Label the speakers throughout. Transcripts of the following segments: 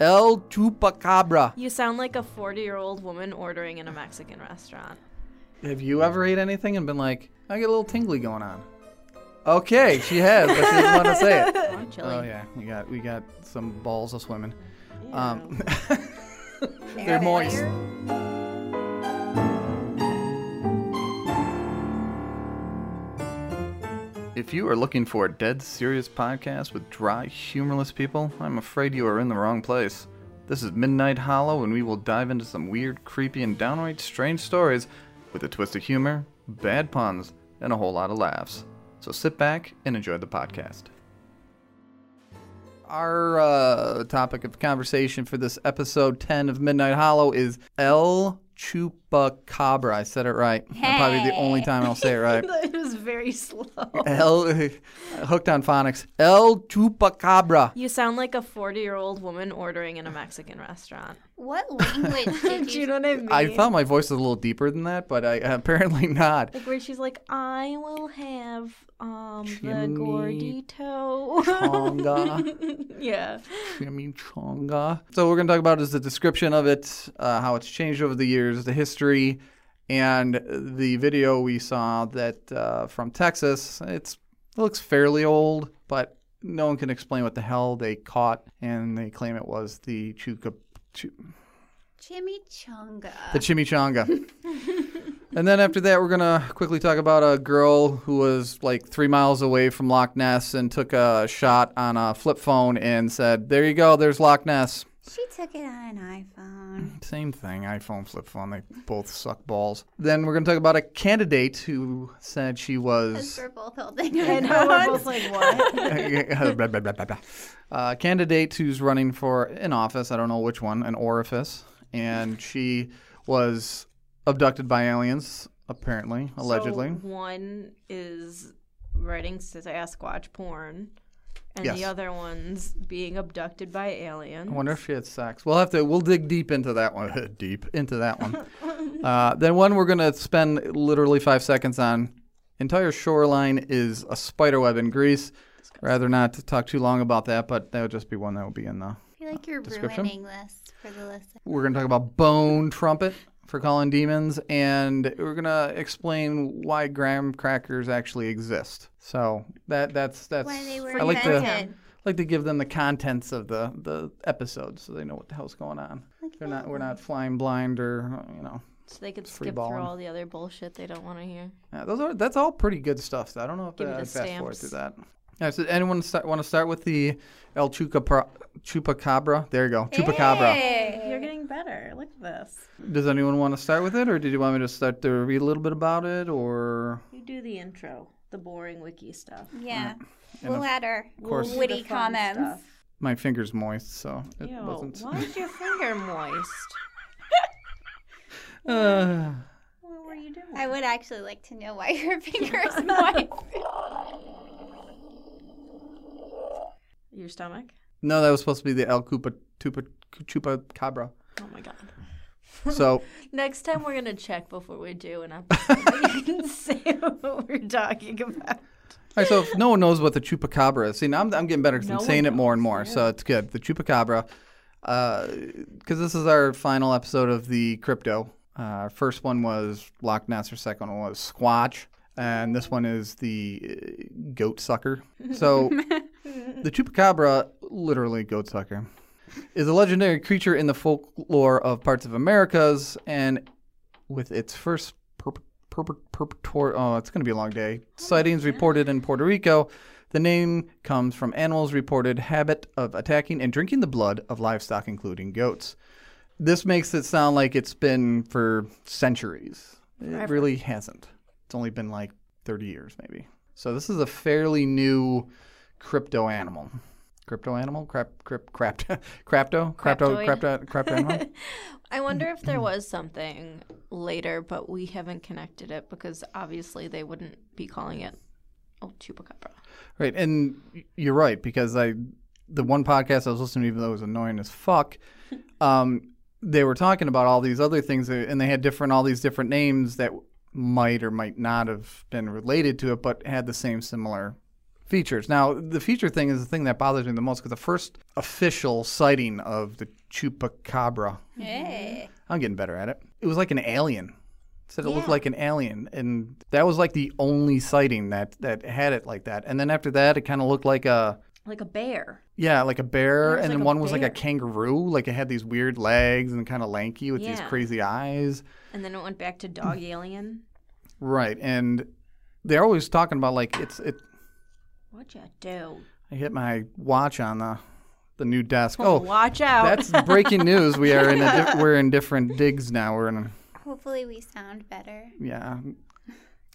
Speaker 1: El Chupacabra.
Speaker 2: You sound like a 40 year old woman ordering in a Mexican restaurant.
Speaker 1: Have you ever ate anything and been like, I get a little tingly going on? Okay, she has, but she didn't want to say it.
Speaker 2: Oh, I'm chilly.
Speaker 1: Oh yeah, we got we got some balls of swimming. Um,
Speaker 3: Air
Speaker 1: they're moist.
Speaker 3: fryer.
Speaker 1: If you are looking for a dead serious podcast with dry, humorless people, I'm afraid you are in the wrong place. This is Midnight Hollow, and we will dive into some weird, creepy, and downright strange stories with a twist of humor, bad puns, and a whole lot of laughs. So sit back and enjoy the podcast. Our uh, topic of conversation for this episode 10 of Midnight Hollow is El Chupacabra. I said it right. Probably the only time I'll say it right.
Speaker 2: it was very slow.
Speaker 1: El, hooked on phonics. El Chupacabra.
Speaker 2: You sound like a 40 year old woman ordering in a Mexican restaurant.
Speaker 3: What language did
Speaker 2: Do
Speaker 3: you?
Speaker 2: you know what I mean?
Speaker 1: I thought my voice was a little deeper than that, but I apparently not.
Speaker 2: like where she's like, I will have um the
Speaker 1: Chimney
Speaker 2: gordito.
Speaker 1: Chonga.
Speaker 2: yeah.
Speaker 1: I mean, chonga. So what we're gonna talk about is the description of it, uh, how it's changed over the years, the history, and the video we saw that uh, from Texas. It's it looks fairly old, but no one can explain what the hell they caught, and they claim it was the chuca. Chu-
Speaker 3: Chimichanga.
Speaker 1: the chimichanga. and then after that, we're gonna quickly talk about a girl who was like three miles away from Loch Ness and took a shot on a flip phone and said, "There you go, there's Loch Ness."
Speaker 3: She took it on an iPhone.
Speaker 1: Same thing, iPhone, flip phone. They both suck balls. Then we're gonna talk about a candidate who said she
Speaker 3: Because
Speaker 1: was
Speaker 3: we're both holding
Speaker 2: I
Speaker 3: it
Speaker 2: know we're
Speaker 3: on.
Speaker 2: both like, what?
Speaker 1: Blah, blah, blah, blah, blah. uh, candidate who's running for an office. I don't know which one, an orifice, and she was abducted by aliens. Apparently, allegedly.
Speaker 2: So one is writing Sasquatch porn, and the
Speaker 1: Yes.
Speaker 2: other one's being abducted by aliens.
Speaker 1: I wonder if she had sex. We'll have to. We'll dig deep into that one. deep into that one. uh, then one we're gonna spend literally five seconds on. Entire shoreline is a spider web in Greece. Rather not to talk too long about that, but that would just be one that would be in the.
Speaker 3: I feel like you're
Speaker 1: Description?
Speaker 3: ruining this for the listener.
Speaker 1: We're gonna talk about bone trumpet for calling demons, and we're gonna explain why graham crackers actually exist. So that that's that's.
Speaker 3: Why they were
Speaker 1: I like to
Speaker 3: invented.
Speaker 1: like to give them the contents of the the episode so they know what the hell's going on.
Speaker 3: Look
Speaker 1: They're
Speaker 3: at
Speaker 1: not. We're not flying blind, or uh, you know.
Speaker 2: so they could
Speaker 1: free
Speaker 2: skip
Speaker 1: balling.
Speaker 2: through all the other bullshit they don't want to hear.
Speaker 1: Yeah, those are. That's all pretty good stuff. though. I don't know if
Speaker 2: Give me
Speaker 1: that,
Speaker 2: the
Speaker 1: I'd fast forward
Speaker 2: stamps.
Speaker 1: through that. All right, so anyone start, want to start with the El Chupacabra? Chupacabra. There you go. Chupacabra.
Speaker 2: You're getting better. Look at this.
Speaker 1: Does anyone want to start with it, or did you want me to start to read a little bit about it, or
Speaker 2: You do the intro, the boring wiki stuff.
Speaker 3: Yeah. We'll
Speaker 1: of
Speaker 3: add our
Speaker 1: course-
Speaker 3: witty comments.
Speaker 1: my fingers moist, so it
Speaker 2: Ew,
Speaker 1: wasn't.
Speaker 2: why is your finger moist?
Speaker 1: Uh,
Speaker 2: What were you doing?
Speaker 3: I would actually like to know why your finger is moist.
Speaker 2: Your stomach?
Speaker 1: no, that was supposed to be the El Cupa Tupa Chupacabra.
Speaker 2: Oh my god.
Speaker 1: So
Speaker 2: Next time we're gonna check before we do an episode. we can say what we're talking about.
Speaker 1: All right, so if no one knows what the chupacabra is, see, now I'm, I'm getting better because
Speaker 2: No
Speaker 1: I'm
Speaker 2: one
Speaker 1: saying it more and
Speaker 2: knows,
Speaker 1: more, so it's good. The chupacabra, because this is our final episode of the crypto. Uh, our first one was Loch Ness, our second one was Squatch, and this one is the uh, goat sucker. So the chupacabra, literally goat sucker, is a legendary creature in the folklore of parts of Americas, and with its first perp- perp- perpetor- oh, it's going to be a long day. Sightings reported in Puerto Rico. The name comes from animals' reported habit of attacking and drinking the blood of livestock, including goats. This makes it sound like it's been for centuries. It really hasn't. It's only been like 30 years, maybe. So this is a fairly new crypto animal. Crypto animal? Crap, crap, crap, crapto? Crapto,
Speaker 2: Craptoid.
Speaker 1: crapto, crapto animal?
Speaker 2: I wonder if there was something later, but we haven't connected it because obviously they wouldn't be calling it El Chupacabra.
Speaker 1: Right, and y- you're right because I, the one podcast I was listening to, even though it was annoying as fuck, um, they were talking about all these other things, uh, and they had different all these different names that might or might not have been related to it, but had the same similar features. Now, the feature thing is the thing that bothers me the most because the first official sighting of the chupacabra,
Speaker 3: Hey.
Speaker 1: I'm getting better at it. It was like an alien. It Said it looked
Speaker 2: Yeah.
Speaker 1: like an alien, and that was like the only sighting that that had it like that. And then after that, it kind of looked like a
Speaker 2: Like a bear.
Speaker 1: yeah, like a bear,
Speaker 2: It was
Speaker 1: and
Speaker 2: like
Speaker 1: then
Speaker 2: a
Speaker 1: one was like a
Speaker 2: bear.
Speaker 1: kangaroo. Like it had these weird legs and kind of lanky with these
Speaker 2: Yeah.
Speaker 1: crazy eyes.
Speaker 2: And then it went back to dog alien.
Speaker 1: Right, and they're always talking about like it's it.
Speaker 2: What ya do?
Speaker 1: I hit my watch on the the new desk.
Speaker 2: Oh,
Speaker 1: Oh,
Speaker 2: watch out.
Speaker 1: that's breaking news. We are in a di- we're in different digs now. We're in a,
Speaker 3: Hopefully we sound better.
Speaker 1: yeah.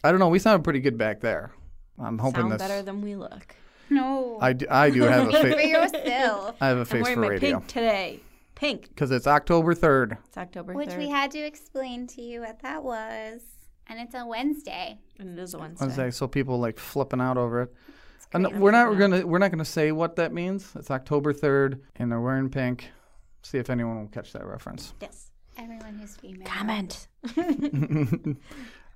Speaker 1: I don't know. We sounded pretty good back there. I'm hoping
Speaker 2: Sound
Speaker 1: this.
Speaker 2: better than we look.
Speaker 3: No.
Speaker 1: I, d- I do have a
Speaker 3: For
Speaker 1: fa-
Speaker 3: yourself.
Speaker 1: I have a
Speaker 2: I'm
Speaker 1: face
Speaker 2: wearing
Speaker 1: for
Speaker 2: my
Speaker 1: radio
Speaker 2: pink today. Pink.
Speaker 1: because it's October third.
Speaker 2: It's October
Speaker 3: Which
Speaker 2: 3rd.
Speaker 3: we had to explain to you what that was. And it's on Wednesday.
Speaker 2: and it is a Wednesday.
Speaker 1: Wednesday, so people like flipping out over it. And
Speaker 2: great.
Speaker 1: we're
Speaker 2: I'm
Speaker 1: not
Speaker 2: flipping
Speaker 1: gonna we're not gonna say what that means. It's October third, and they're wearing pink. See if anyone will catch that reference.
Speaker 2: Yes.
Speaker 3: Everyone who's female.
Speaker 2: Comment.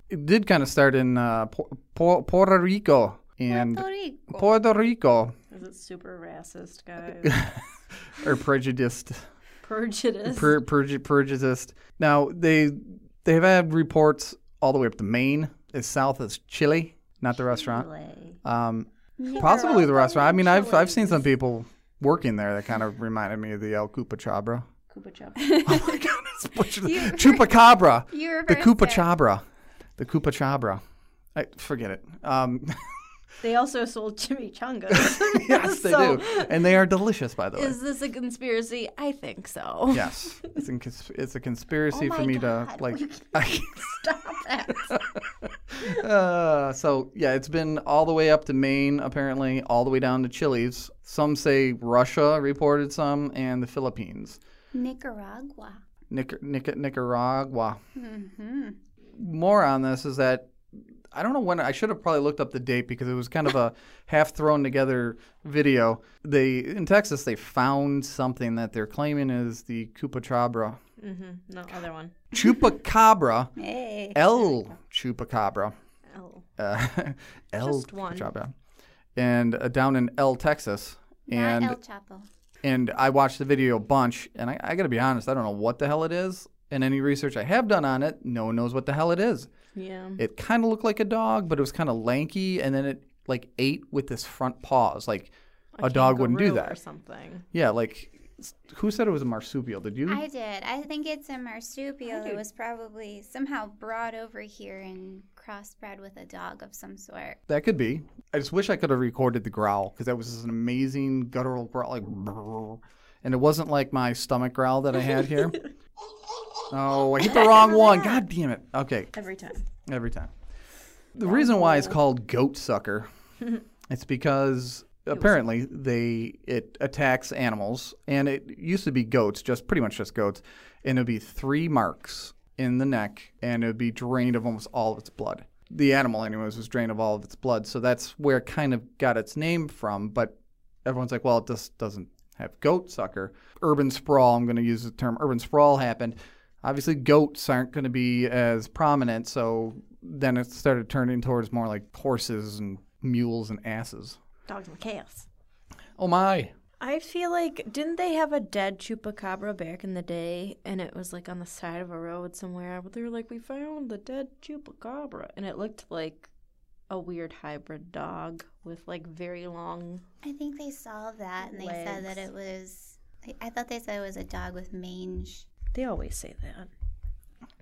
Speaker 1: it did kind of start in uh, Pu- Pu- Puerto Rico and
Speaker 3: Puerto Rico.
Speaker 1: Puerto Rico
Speaker 2: Is it super racist, guys?
Speaker 1: are prejudiced,
Speaker 2: Prejudice.
Speaker 1: per, perju- prejudiced. Now they they've had reports all the way up to Maine, as south as Chile, not the restaurant. Um, possibly the restaurant. I mean, I've I've seen some people working there that kind of reminded me of the El Chupacabra.
Speaker 2: Koopa Chup.
Speaker 1: Oh my God, it's butchered. Chupacabra.
Speaker 3: You
Speaker 1: The
Speaker 3: reversed it.
Speaker 1: Chupacabra. The Chupacabra. I forget it. Um,
Speaker 2: They also sold chimichangas.
Speaker 1: yes, they
Speaker 2: So-
Speaker 1: do, and they are delicious, by the way.
Speaker 2: Is this a conspiracy? I think so.
Speaker 1: Yes, it's, in, cons- it's a conspiracy
Speaker 2: Oh
Speaker 1: for
Speaker 2: my
Speaker 1: me
Speaker 2: God,
Speaker 1: to like.
Speaker 2: we Stop that.
Speaker 1: uh, so yeah, it's been all the way up to Maine, apparently, all the way down to Chile's. Some say Russia reported some, and the Philippines,
Speaker 3: Nicaragua.
Speaker 1: Nic- Nic- Nicaragua.
Speaker 3: Mm-hmm.
Speaker 1: More on this is that I don't know when I should have probably looked up the date because it was kind of a half thrown together video. They in Texas they found something that they're claiming is the Chupacabra,
Speaker 2: Mm-hmm. No, other one.
Speaker 1: Chupacabra,
Speaker 3: Hey.
Speaker 1: El Chupacabra.
Speaker 2: Oh.
Speaker 1: uh, El
Speaker 2: Just one.
Speaker 1: Chapa, and uh, down in El Texas. And
Speaker 3: Not El Chapo.
Speaker 1: and I watched the video a bunch, and I, I got to be honest, I don't know what the hell it is. And any research I have done on it, no one knows what the hell it is.
Speaker 2: Yeah.
Speaker 1: It kind of looked like a dog, but it was kind of lanky, and then it like ate with its front paws. Like a, dog wouldn't do
Speaker 2: kangaroo Or
Speaker 1: that.
Speaker 2: something.
Speaker 1: Yeah, like s- who said it was a marsupial? Did you?
Speaker 3: I did. I think it's a marsupial
Speaker 2: did-
Speaker 3: that was probably somehow brought over here and crossbred with a dog of some sort.
Speaker 1: That could be. I just wish I could have recorded the growl because that was just an amazing guttural growl, like, brrr. and it wasn't like my stomach growl that I had here. oh, I hit the wrong one. God damn it. Okay,
Speaker 2: Every time.
Speaker 1: every time. The reason why it's called goat sucker, it's because apparently they it attacks animals, and it used to be goats, just pretty much just goats, and it'd be three marks in the neck, and it'd be drained of almost all of its blood. The animal, anyways, was drained of all of its blood, so that's where it kind of got its name from. But everyone's like, well, it just doesn't have goat sucker. Urban sprawl, I'm going to use the term urban sprawl happened. Obviously, goats aren't going to be as prominent, so then it started turning towards more like horses and mules and asses.
Speaker 2: Dogs and chaos.
Speaker 1: Oh my.
Speaker 2: I feel like didn't they have a dead chupacabra back in the day, and it was like on the side of a road somewhere. But they were like, "We found the dead chupacabra," and it looked like a weird hybrid dog with like very long.
Speaker 3: I think they solved that and they said that
Speaker 2: Legs.
Speaker 3: it was. I- I thought they said it was a dog with mange.
Speaker 2: They always say that.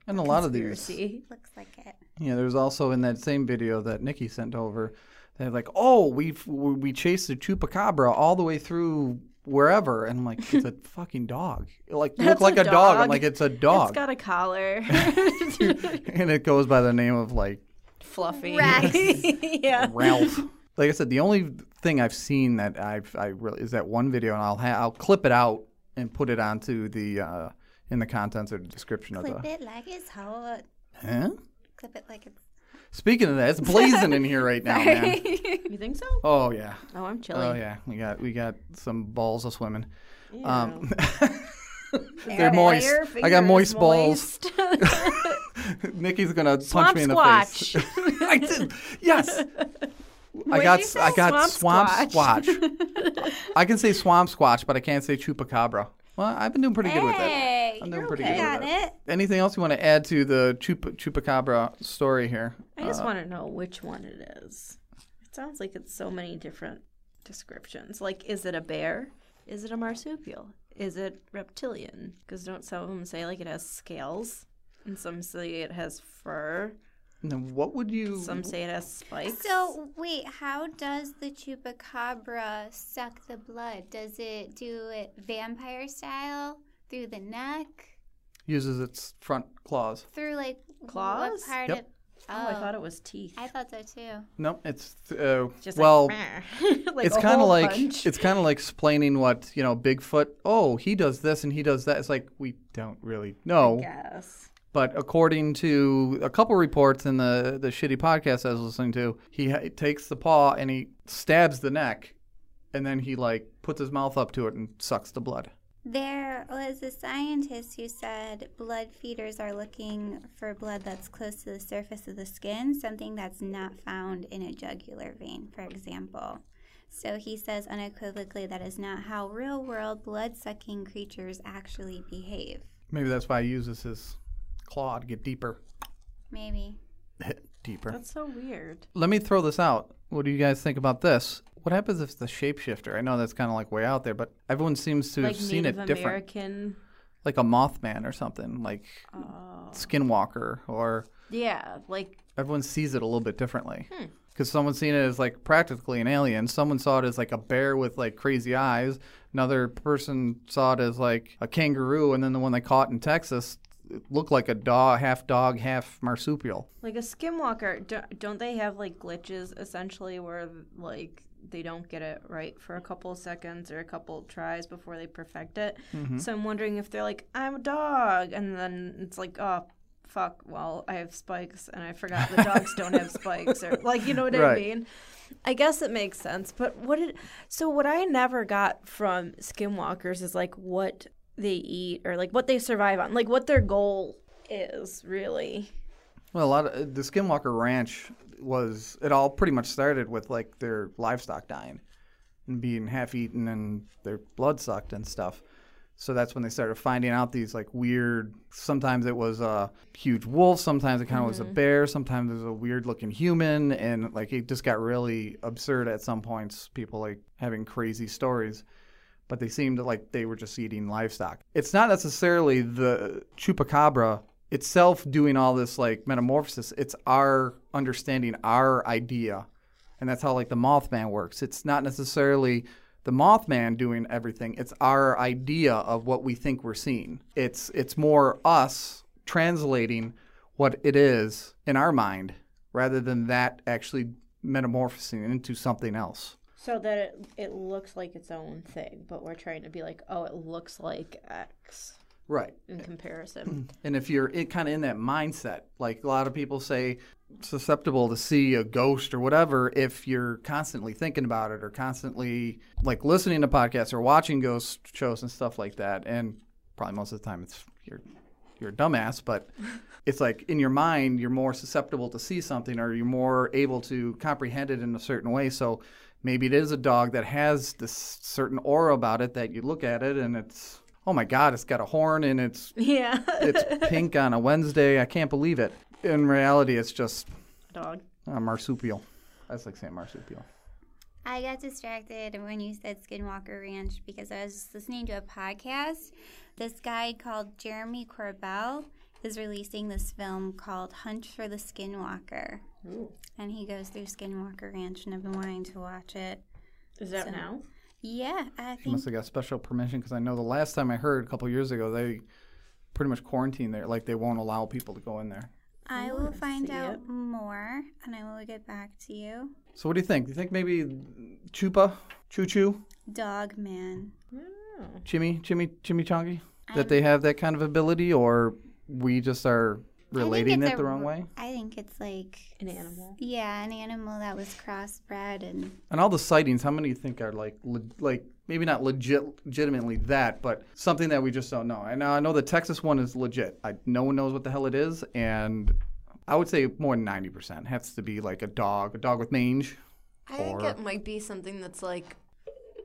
Speaker 1: And a lot of these.
Speaker 2: Conspiracy.
Speaker 3: Looks like it.
Speaker 1: Yeah, there was also in that same video that Nikki sent over. They're like, "Oh, we we chased the chupacabra all the way through wherever," and I'm like, "It's a fucking dog. Like, you look
Speaker 2: That's
Speaker 1: like a,
Speaker 2: a
Speaker 1: dog. I'm
Speaker 2: dog.
Speaker 1: like, "It's a dog,"
Speaker 2: It's got a collar.
Speaker 1: and it goes by the name of like
Speaker 2: Fluffy.
Speaker 3: Rex.
Speaker 2: yeah.
Speaker 1: Ralph. like I said, the only thing I've seen that I've I really is that one video, and I'll ha- I'll clip it out and put it onto the uh, in the contents or description of
Speaker 3: Clip
Speaker 1: the.
Speaker 3: it like it's hot.
Speaker 1: Huh?
Speaker 3: Clip it like it's.
Speaker 1: Speaking of that, it's blazing in here right now, man.
Speaker 2: You think so?
Speaker 1: Oh yeah,
Speaker 2: Oh, I'm
Speaker 1: oh
Speaker 2: chilling.
Speaker 1: yeah. We got we got some balls of swimming.
Speaker 2: Yeah.
Speaker 1: Um, they're moist. I got moist balls. Nikki's gonna punch
Speaker 2: Swamp
Speaker 1: me in the face.
Speaker 2: squatch.
Speaker 1: I did. Yes. I
Speaker 3: What'd
Speaker 1: got
Speaker 3: you
Speaker 1: s-
Speaker 3: say?
Speaker 1: I got swamp
Speaker 2: Swamp
Speaker 1: squatch. I can say swamp squatch, but I can't say chupacabra. Well, I've been doing pretty good with it.
Speaker 3: hey,
Speaker 1: I'm doing
Speaker 3: you're
Speaker 1: pretty
Speaker 3: okay.
Speaker 1: good with
Speaker 3: Got it.
Speaker 1: Anything else you want to add to the chupa, chupacabra story here?
Speaker 2: I just
Speaker 1: Uh,
Speaker 2: want to know which one it is. It sounds like it's so many different descriptions. Like, is it a bear? Is it a marsupial? Is it reptilian? Because don't some of them say like it has scales, and some say it has fur,
Speaker 1: now, what would you?
Speaker 2: some say it has spikes. Oh,
Speaker 3: So wait, how does the chupacabra suck the blood? Does it do it vampire style through the neck,
Speaker 1: uses its front claws.
Speaker 3: through like what
Speaker 2: Claws?
Speaker 3: part
Speaker 1: Yep.
Speaker 3: of? Oh,
Speaker 2: oh, I thought
Speaker 1: um,
Speaker 2: it was teeth.
Speaker 3: I thought so too.
Speaker 1: No, it's uh,
Speaker 2: Just
Speaker 1: well.
Speaker 2: like, like
Speaker 1: it's
Speaker 2: a
Speaker 1: kind of
Speaker 2: hole
Speaker 1: like
Speaker 2: punch.
Speaker 1: it's kind of like explaining what you know Bigfoot. Oh, he does this and he does that. It's like we don't really know.
Speaker 2: Yes.
Speaker 1: But according to a couple reports in the the shitty podcast I was listening to, he ha- takes the paw and he stabs the neck, and then he like puts his mouth up to it and sucks the blood.
Speaker 3: There was a scientist who said blood feeders are looking for blood that's close to the surface of the skin, something that's not found in a jugular vein, for example. So he says unequivocally that is not how real world blood sucking creatures actually behave.
Speaker 1: Maybe that's why he uses his claw to get deeper,
Speaker 3: Maybe.
Speaker 1: deeper.
Speaker 2: That's so weird.
Speaker 1: Let me throw this out. What do you guys think about this? What happens if the shapeshifter? I know that's kind of like way out there, but everyone seems to
Speaker 2: Like
Speaker 1: have seen
Speaker 2: Native
Speaker 1: it different.
Speaker 2: American.
Speaker 1: like a Mothman or something, like
Speaker 2: Uh,
Speaker 1: Skinwalker, or
Speaker 2: yeah, like
Speaker 1: everyone sees it a little bit differently. Because someone's seen it as like practically an alien, someone saw it as like a bear with like crazy eyes, another person saw it as like a kangaroo, and then the one they caught in Texas it looked like a dog, half dog, half marsupial.
Speaker 2: Like a skimwalker, do- don't they have like glitches essentially where like they don't get it right for a couple seconds or a couple tries before they perfect it? So I'm wondering if they're like, I'm a dog, and then it's like, oh, fuck, well, I have spikes and I forgot the dogs don't have spikes, or like, you know what
Speaker 1: Right.
Speaker 2: I mean? I guess it makes sense, but what did so what I never got from skinwalkers is like what they eat or like what they survive on, like what their goal is really.
Speaker 1: Well, a lot of the Skinwalker Ranch was it all pretty much started with like their livestock dying and being half eaten and their blood sucked and stuff. So that's when they started finding out these like weird. Sometimes it was a huge wolf. Sometimes it kind of was a bear. Sometimes it was a weird looking human, and like it just got really absurd at some points. People like having crazy stories but they seemed like they were just eating livestock. It's not necessarily the chupacabra itself doing all this like metamorphosis. It's our understanding, our idea, and that's how like the Mothman works. It's not necessarily the Mothman doing everything. It's our idea of what we think we're seeing. It's it's more us translating what it is in our mind rather than that actually metamorphosing into something else.
Speaker 2: So that it, it looks like its own thing, but we're trying to be like, oh, it looks like X
Speaker 1: Right.
Speaker 2: in comparison.
Speaker 1: And if you're it, kind of in that mindset, like a lot of people say, susceptible to see a ghost or whatever, if you're constantly thinking about it or constantly like listening to podcasts or watching ghost shows and stuff like that. And probably most of the time it's you're you're a dumbass, but it's like in your mind you're more susceptible to see something or you're more able to comprehend it in a certain way. So maybe it is a dog that has this certain aura about it that you look at it and it's oh my god, it's got a horn and it's
Speaker 2: yeah.
Speaker 1: it's pink on a Wednesday. I can't believe it. In reality, it's just
Speaker 2: Dog.
Speaker 1: a marsupial. That's like saying marsupial.
Speaker 3: I got distracted when you said Skinwalker Ranch because I was just listening to a podcast. This guy called Jeremy Corbell is releasing this film called Hunt for the Skinwalker. And he goes through Skinwalker Ranch, and I've been wanting to watch it.
Speaker 2: Is that now?
Speaker 3: Yeah, I think
Speaker 1: Must have got special permission because I know the last time I heard a couple years ago, they pretty much quarantined there. Like they won't allow people to go in there.
Speaker 3: I will find
Speaker 2: see
Speaker 3: out
Speaker 2: it.
Speaker 3: more, and I will get back to you.
Speaker 1: So what do you think? Do you think maybe Chupa, Choo Choo,
Speaker 3: Dog man.
Speaker 1: Chimmy, Chimmy, Chimichongi?
Speaker 3: Um,
Speaker 1: That they have that kind of ability or we just are relating
Speaker 3: it's
Speaker 1: it
Speaker 3: a
Speaker 1: the wrong
Speaker 3: r-
Speaker 1: way?
Speaker 3: I think it's like,
Speaker 2: An animal.
Speaker 3: yeah, an animal that was crossbred and
Speaker 1: And all the sightings, how many you think are like, le- like maybe not legit, legitimately that, but something that we just don't know? And I know the Texas one is legit. I, no one knows what the hell it is, and I would say more than ninety percent has to be like a dog, a dog with mange,
Speaker 2: I think
Speaker 1: Or-
Speaker 2: it might be something that's like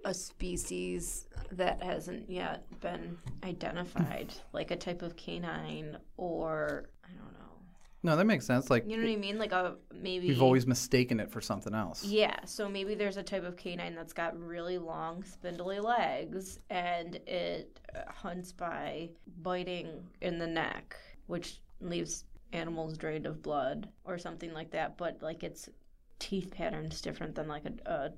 Speaker 2: a species that hasn't yet been identified, like a type of canine, or I don't know.
Speaker 1: No, that makes sense. Like
Speaker 2: You know what I mean? Like a maybe.
Speaker 1: we've always mistaken it for something else.
Speaker 2: Yeah, so maybe there's a type of canine that's got really long, spindly legs, and it uh, hunts by biting in the neck, which leaves animals drained of blood or something like that. But like its teeth pattern's different than like a, a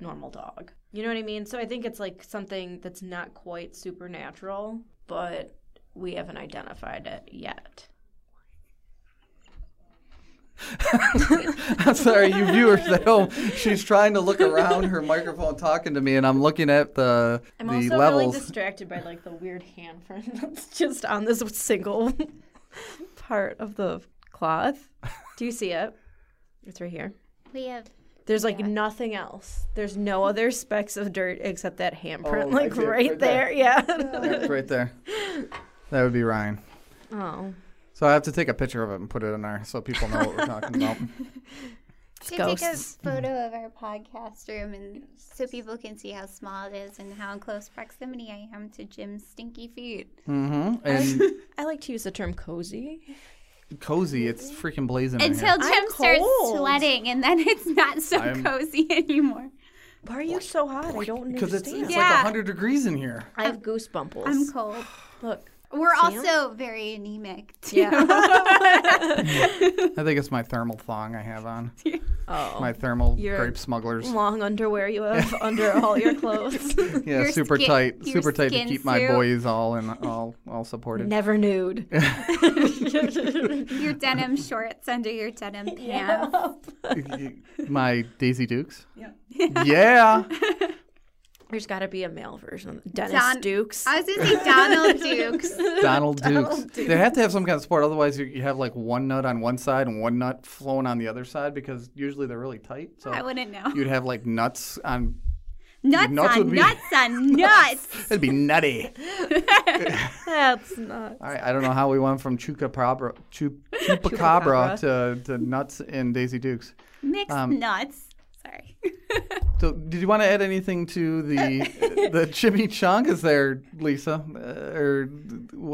Speaker 2: normal dog. You know what I mean? So I think it's like something that's not quite supernatural, but we haven't identified it yet.
Speaker 1: I'm sorry, you viewers at home. She's trying to look around her microphone, talking to me, and I'm looking at the
Speaker 2: I'm
Speaker 1: the
Speaker 2: also
Speaker 1: levels.
Speaker 2: really distracted by like the weird hand print that's just on this single part of the cloth. Do you see it? It's right here.
Speaker 3: We have
Speaker 2: There's like nothing else. There's no other specks of dirt except that handprint,
Speaker 1: Oh,
Speaker 2: like
Speaker 1: right there, right
Speaker 2: right, there.
Speaker 1: there.
Speaker 2: Yeah.
Speaker 1: It's right there. That would be Ryan.
Speaker 2: oh,
Speaker 1: So I have to take a picture of it and put it in there so people know what we're talking about.
Speaker 3: should take a
Speaker 2: ghosts.
Speaker 3: photo of our podcast room and so people can see how small it is and how in close proximity I am to Jim's stinky feet.
Speaker 1: hmm And
Speaker 2: I like to use the term cozy.
Speaker 1: cozy, it's freaking blazing. in here.
Speaker 3: Until Jim
Speaker 2: I'm
Speaker 3: starts
Speaker 2: cold.
Speaker 3: sweating and then it's not so
Speaker 1: I'm-
Speaker 3: cozy anymore.
Speaker 2: Why are you so hot? I don't
Speaker 1: because
Speaker 2: understand.
Speaker 1: it's, it's
Speaker 3: Yeah.
Speaker 1: like 100 degrees in here.
Speaker 2: I have goose bumbles.
Speaker 3: I'm cold.
Speaker 2: Look.
Speaker 3: We're
Speaker 2: See 'em?
Speaker 3: also very anemic too.
Speaker 1: I think it's my thermal thong I have on.
Speaker 2: oh.
Speaker 1: My thermal
Speaker 2: Your-
Speaker 1: grape smugglers.
Speaker 2: Long underwear you have under all your clothes.
Speaker 1: Yeah,
Speaker 3: your
Speaker 1: super
Speaker 3: skin-
Speaker 1: tight,
Speaker 3: your
Speaker 1: super tight to
Speaker 3: skin
Speaker 1: keep my
Speaker 3: suit.
Speaker 1: boys all and all all supported.
Speaker 2: Never nude.
Speaker 3: your denim shorts under your denim pants.
Speaker 1: my Daisy Dukes. Yeah. Yeah.
Speaker 2: There's got to be a male version. Dennis
Speaker 3: Don-
Speaker 2: Dukes.
Speaker 3: I was gonna say Donald Dukes.
Speaker 1: Donald Dukes. They have to have some kind of sport, otherwise you, you have like one nut on one side and one nut flowing on the other side because usually they're really tight. So
Speaker 3: I wouldn't know.
Speaker 1: you'd have like nuts on.
Speaker 3: Nuts,
Speaker 1: nuts
Speaker 3: on
Speaker 1: would be-
Speaker 3: nuts on nuts.
Speaker 1: It'd be nutty.
Speaker 2: That's not.
Speaker 1: All right, I don't know how we went from chupacabra, chup, chupacabra to, to nuts and Daisy Dukes.
Speaker 3: Mixed
Speaker 1: Um,
Speaker 3: nuts. Sorry.
Speaker 1: So, did you want to add anything to the the chimichangas there, Lisa, uh, or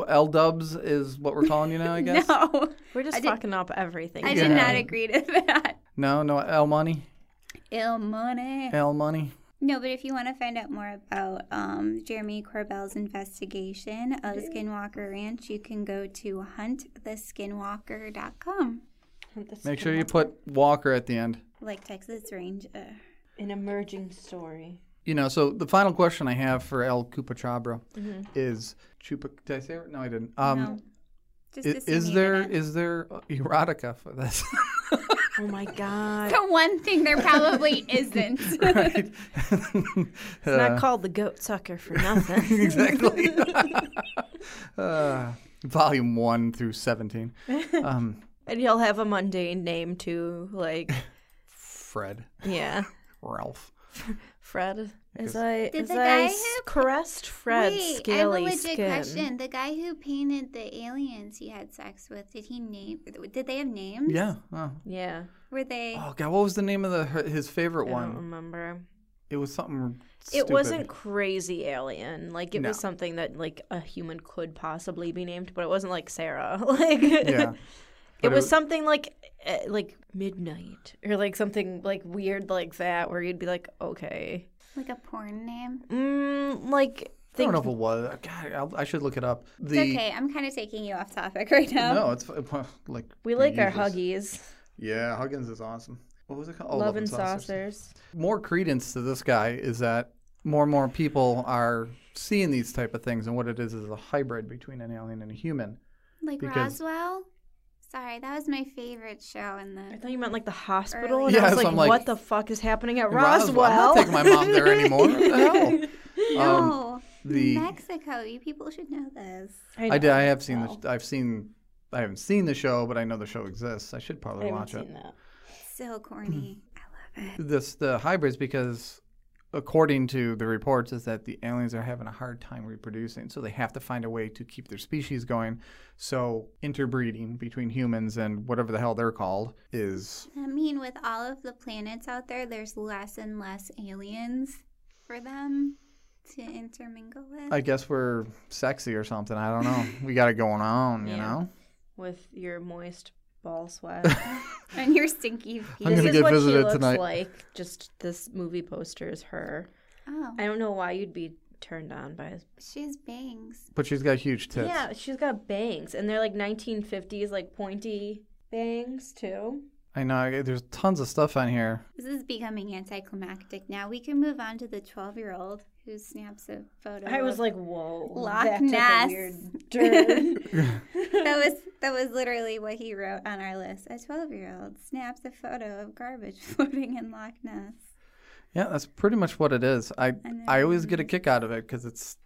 Speaker 1: L Dubs is what we're calling you now? I guess.
Speaker 3: No.
Speaker 2: We're just
Speaker 3: I did-
Speaker 2: fucking up everything.
Speaker 3: I
Speaker 1: Yeah.
Speaker 3: did not agree to that.
Speaker 1: No, no, L money,
Speaker 3: Ill money.
Speaker 1: L money.
Speaker 3: No, but if you want to find out more about um, Jeremy Corbell's investigation of Skinwalker Ranch, you can go to huntheskinwalker.com,
Speaker 1: Make sure you put Walker at the end.
Speaker 3: like Texas Ranger. uh,
Speaker 2: An emerging story.
Speaker 1: You know, so the final question I have for El Chupacabra is Chupa. Did I say it? No, I didn't. Um,
Speaker 3: Mm-hmm. No, Just
Speaker 1: i-
Speaker 3: to see
Speaker 1: is
Speaker 3: me
Speaker 1: there
Speaker 3: again.
Speaker 1: is there erotica for this?
Speaker 2: Oh my god.
Speaker 3: the one thing there probably isn't?
Speaker 1: right?
Speaker 2: It's not called the goat sucker for nothing.
Speaker 1: exactly. uh, volume one through seventeen. Um,
Speaker 2: and you'll have a mundane name too, like
Speaker 1: Fred,
Speaker 2: yeah.
Speaker 1: Ralph.
Speaker 2: Fred. As I
Speaker 3: Did
Speaker 2: as
Speaker 3: the
Speaker 2: I
Speaker 3: guy
Speaker 2: s-
Speaker 3: who-
Speaker 2: caressed Fred's
Speaker 3: Wait,
Speaker 2: scaly
Speaker 3: I have a legit
Speaker 2: skin.
Speaker 3: question. The guy who painted the aliens he had sex with, did he name? Did they have names?
Speaker 1: Yeah. Oh.
Speaker 2: Yeah.
Speaker 3: Were they?
Speaker 1: Oh, God, what was the name of the her- his favorite
Speaker 2: I don't
Speaker 1: one?
Speaker 2: remember.
Speaker 1: It was something.
Speaker 2: Um, It
Speaker 1: Stupid.
Speaker 2: wasn't crazy alien. Like it was
Speaker 1: No.
Speaker 2: something that like a human could possibly be named, but it wasn't like Sarah. Like
Speaker 1: Yeah.
Speaker 2: it
Speaker 1: But
Speaker 2: was something like uh, like midnight or like something like weird like that where you'd be like, okay,
Speaker 3: Like a porn name?
Speaker 2: mm, like
Speaker 1: I don't
Speaker 2: think
Speaker 1: know if it was. God, I'll, I should look it up. The
Speaker 3: It's okay. I'm kind of taking you off topic right now.
Speaker 1: no, it's f- like
Speaker 2: we like our
Speaker 1: Jesus.
Speaker 2: huggies,
Speaker 1: Yeah, Huggins is awesome. What was it called? Oh,
Speaker 2: love and
Speaker 1: Saucers.
Speaker 2: saucers.
Speaker 1: More credence to this guy is that more and more people are seeing these type of things, and what it is is a hybrid between an alien and a human.
Speaker 3: Like
Speaker 1: Because-
Speaker 3: Roswell? Sorry, that was my favorite show in
Speaker 2: I
Speaker 3: the.
Speaker 2: thought you meant like the hospital,
Speaker 3: Early
Speaker 2: and
Speaker 1: Yeah,
Speaker 2: I was
Speaker 1: so
Speaker 2: like,
Speaker 1: I'm like,
Speaker 2: what the fuck is happening at
Speaker 1: Roswell.
Speaker 2: Roswell?
Speaker 1: I'm not taking my mom there anymore. What the hell? Um,
Speaker 3: No,
Speaker 1: the-
Speaker 3: Mexico. You people should know this.
Speaker 1: I did.
Speaker 2: know.
Speaker 1: I have seen
Speaker 2: Well,
Speaker 1: the. I've seen. I haven't seen the show, but I know the show exists. I should
Speaker 2: I
Speaker 1: probably
Speaker 2: haven't
Speaker 1: watch it.
Speaker 2: seen that.
Speaker 3: So corny. I love it.
Speaker 1: This the hybrids because according to the reports, is that the aliens are having a hard time reproducing. So they have to find a way to keep their species going. So interbreeding between humans and whatever the hell they're called is
Speaker 3: I mean, with all of the planets out there, there's less and less aliens for them to intermingle with.
Speaker 1: I guess we're sexy or something. I don't know. We got it going on, you
Speaker 2: Yeah.
Speaker 1: know?
Speaker 2: with your moist ball sweat.
Speaker 3: and your stinky feet.
Speaker 1: I'm gonna
Speaker 2: this is
Speaker 1: get
Speaker 2: what she
Speaker 1: visited
Speaker 2: looks
Speaker 1: tonight.
Speaker 2: like. Just this movie poster is her.
Speaker 3: oh,
Speaker 2: I don't know why you'd be turned on by his.
Speaker 3: she has bangs.
Speaker 1: But she's got huge tits.
Speaker 2: Yeah, she's got bangs, and they're like 1950s, like pointy bangs too.
Speaker 1: I know. I- There's tons of stuff on here.
Speaker 3: This is becoming anticlimactic now. We can move on to the 12 year old who snaps a photo.
Speaker 2: I was
Speaker 3: of-
Speaker 2: like, whoa,
Speaker 3: Loch
Speaker 2: that took a
Speaker 3: Ness.
Speaker 2: weird turn.
Speaker 3: that was that was literally what he wrote on our list. A 12 year old snaps a photo of garbage floating in Loch Ness.
Speaker 1: Yeah, that's pretty much what it is. I
Speaker 3: And
Speaker 1: I always get a kick out of it because it's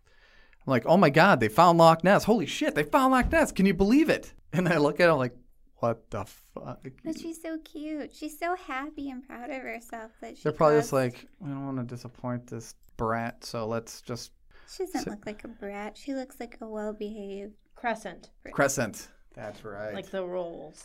Speaker 1: I'm like, oh my god, they found Loch Ness. Holy shit, they found Loch Ness. Can you believe it? And I look at it I'm like, what the fuck?
Speaker 3: But she's so cute. She's so happy and proud of herself that she.
Speaker 1: They're probably just
Speaker 3: caused-
Speaker 1: like, we don't want to disappoint this brat, so let's just
Speaker 3: She doesn't look like a brat. She looks like a well behaved.
Speaker 2: Crescent,
Speaker 1: crescent. That's right.
Speaker 2: like the rolls.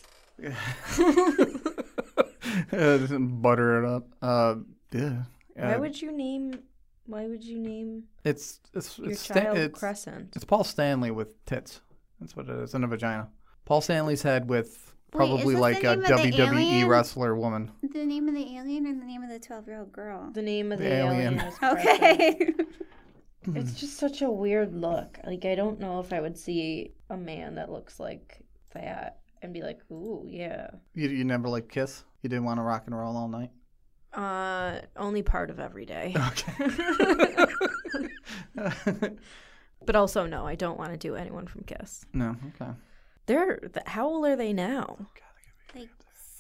Speaker 1: Uh, just butter it up. Uh, yeah.
Speaker 2: why
Speaker 1: Uh,
Speaker 2: would you name? Why would you name
Speaker 1: it's it's
Speaker 2: your
Speaker 1: it's, Stan-
Speaker 2: child
Speaker 1: it's
Speaker 2: Crescent?
Speaker 1: it's Paul Stanley with tits. That's what it is, and a vagina. Paul Stanley's head with probably
Speaker 3: this
Speaker 1: like
Speaker 3: the
Speaker 1: a
Speaker 3: name of the
Speaker 1: WWE
Speaker 3: alien?
Speaker 1: wrestler woman.
Speaker 3: The name of the alien or the name of the 12 year old girl?
Speaker 2: The name of
Speaker 1: The
Speaker 2: the,
Speaker 1: alien. Hmm.
Speaker 2: alien. is Crescent.
Speaker 3: Okay.
Speaker 2: It's just such a weird look. Like I don't know if I would see a man that looks like that and be like, "Ooh, yeah."
Speaker 1: You, you never like kiss. You didn't want to rock and roll all night.
Speaker 2: Uh, only part of every day.
Speaker 1: Okay.
Speaker 2: but also no, I don't want to do anyone from Kiss.
Speaker 1: no. Okay.
Speaker 2: They're th- how old are they now?
Speaker 3: like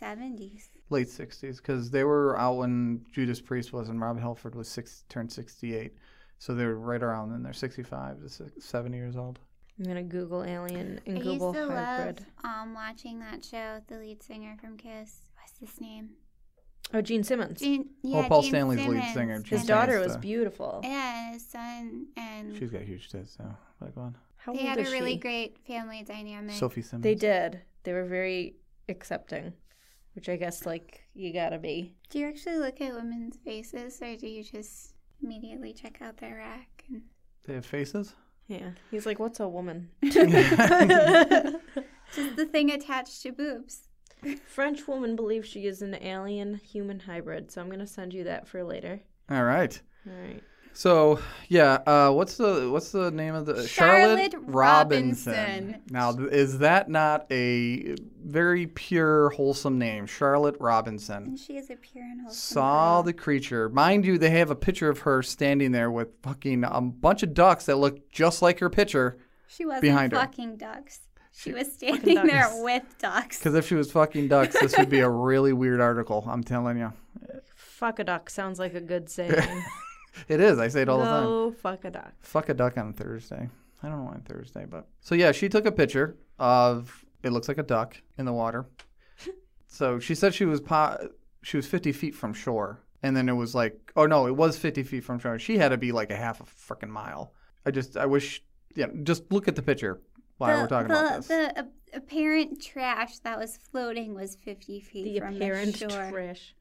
Speaker 3: 70s.
Speaker 1: Late sixties, because they were out when Judas Priest was, and Rob Halford was six, turned sixty-eight, so they were right around in their sixty-five to six, seventy years old.
Speaker 2: I'm gonna Google alien and
Speaker 3: I
Speaker 2: Google
Speaker 3: used to
Speaker 2: hybrid.
Speaker 3: love um, watching that show with the lead singer from Kiss. What's his name?
Speaker 2: Oh, Gene Simmons.
Speaker 3: Gene, yeah,
Speaker 1: Well, Paul
Speaker 3: Gene
Speaker 1: Stanley's lead
Speaker 3: Simmons.
Speaker 1: singer, Gene
Speaker 2: His
Speaker 1: Simmons.
Speaker 2: daughter
Speaker 1: Simmons,
Speaker 2: was
Speaker 1: uh,
Speaker 2: beautiful.
Speaker 3: Yeah, and his son. And
Speaker 1: She's got huge tits now. Like one.
Speaker 2: How
Speaker 3: they
Speaker 2: old
Speaker 3: had a
Speaker 2: is
Speaker 3: really
Speaker 2: she?
Speaker 3: great family dynamic.
Speaker 1: Sophie Simmons.
Speaker 2: They did. They were very accepting, which I guess like you gotta be.
Speaker 3: do you actually look at women's faces or do you just immediately check out their rack? And...
Speaker 1: They have faces.
Speaker 2: Yeah. He's like, what's a woman?
Speaker 3: Just the thing attached to boobs.
Speaker 2: French woman believes she is an alien human hybrid, so I'm gonna send you that for later.
Speaker 1: All right.
Speaker 2: All right.
Speaker 1: So yeah, uh, what's the what's the name of the
Speaker 3: Charlotte
Speaker 1: Robinson?
Speaker 3: Robinson.
Speaker 1: Now th- is that not a very pure wholesome name, Charlotte Robinson?
Speaker 3: And she is a pure and wholesome.
Speaker 1: Saw
Speaker 3: girl.
Speaker 1: the creature. Mind you, they have a picture of her standing there with fucking a bunch of ducks that look just like her picture.
Speaker 3: She wasn't
Speaker 1: behind her.
Speaker 3: fucking ducks. She, was standing there
Speaker 2: ducks.
Speaker 3: with ducks.
Speaker 1: Because if she was fucking ducks, this would be a really weird article. I'm telling you,
Speaker 2: Fuck a duck sounds like a good saying.
Speaker 1: it is. I say it all the time.
Speaker 2: Go fuck a duck.
Speaker 1: fuck a duck on Thursday. I don't know why Thursday, but so yeah, she took a picture of it looks like a duck in the water. so she said she was po- she was 50 feet from shore, and then it was like, oh no, it was 50 feet from shore. She had to be like a half a freaking mile. I just I wish, yeah, just look at the picture while we're talking
Speaker 3: the,
Speaker 1: about this.
Speaker 3: the ap- apparent trash that was floating was 50 feet
Speaker 2: The
Speaker 3: from
Speaker 2: apparent
Speaker 3: the shore.
Speaker 2: trash.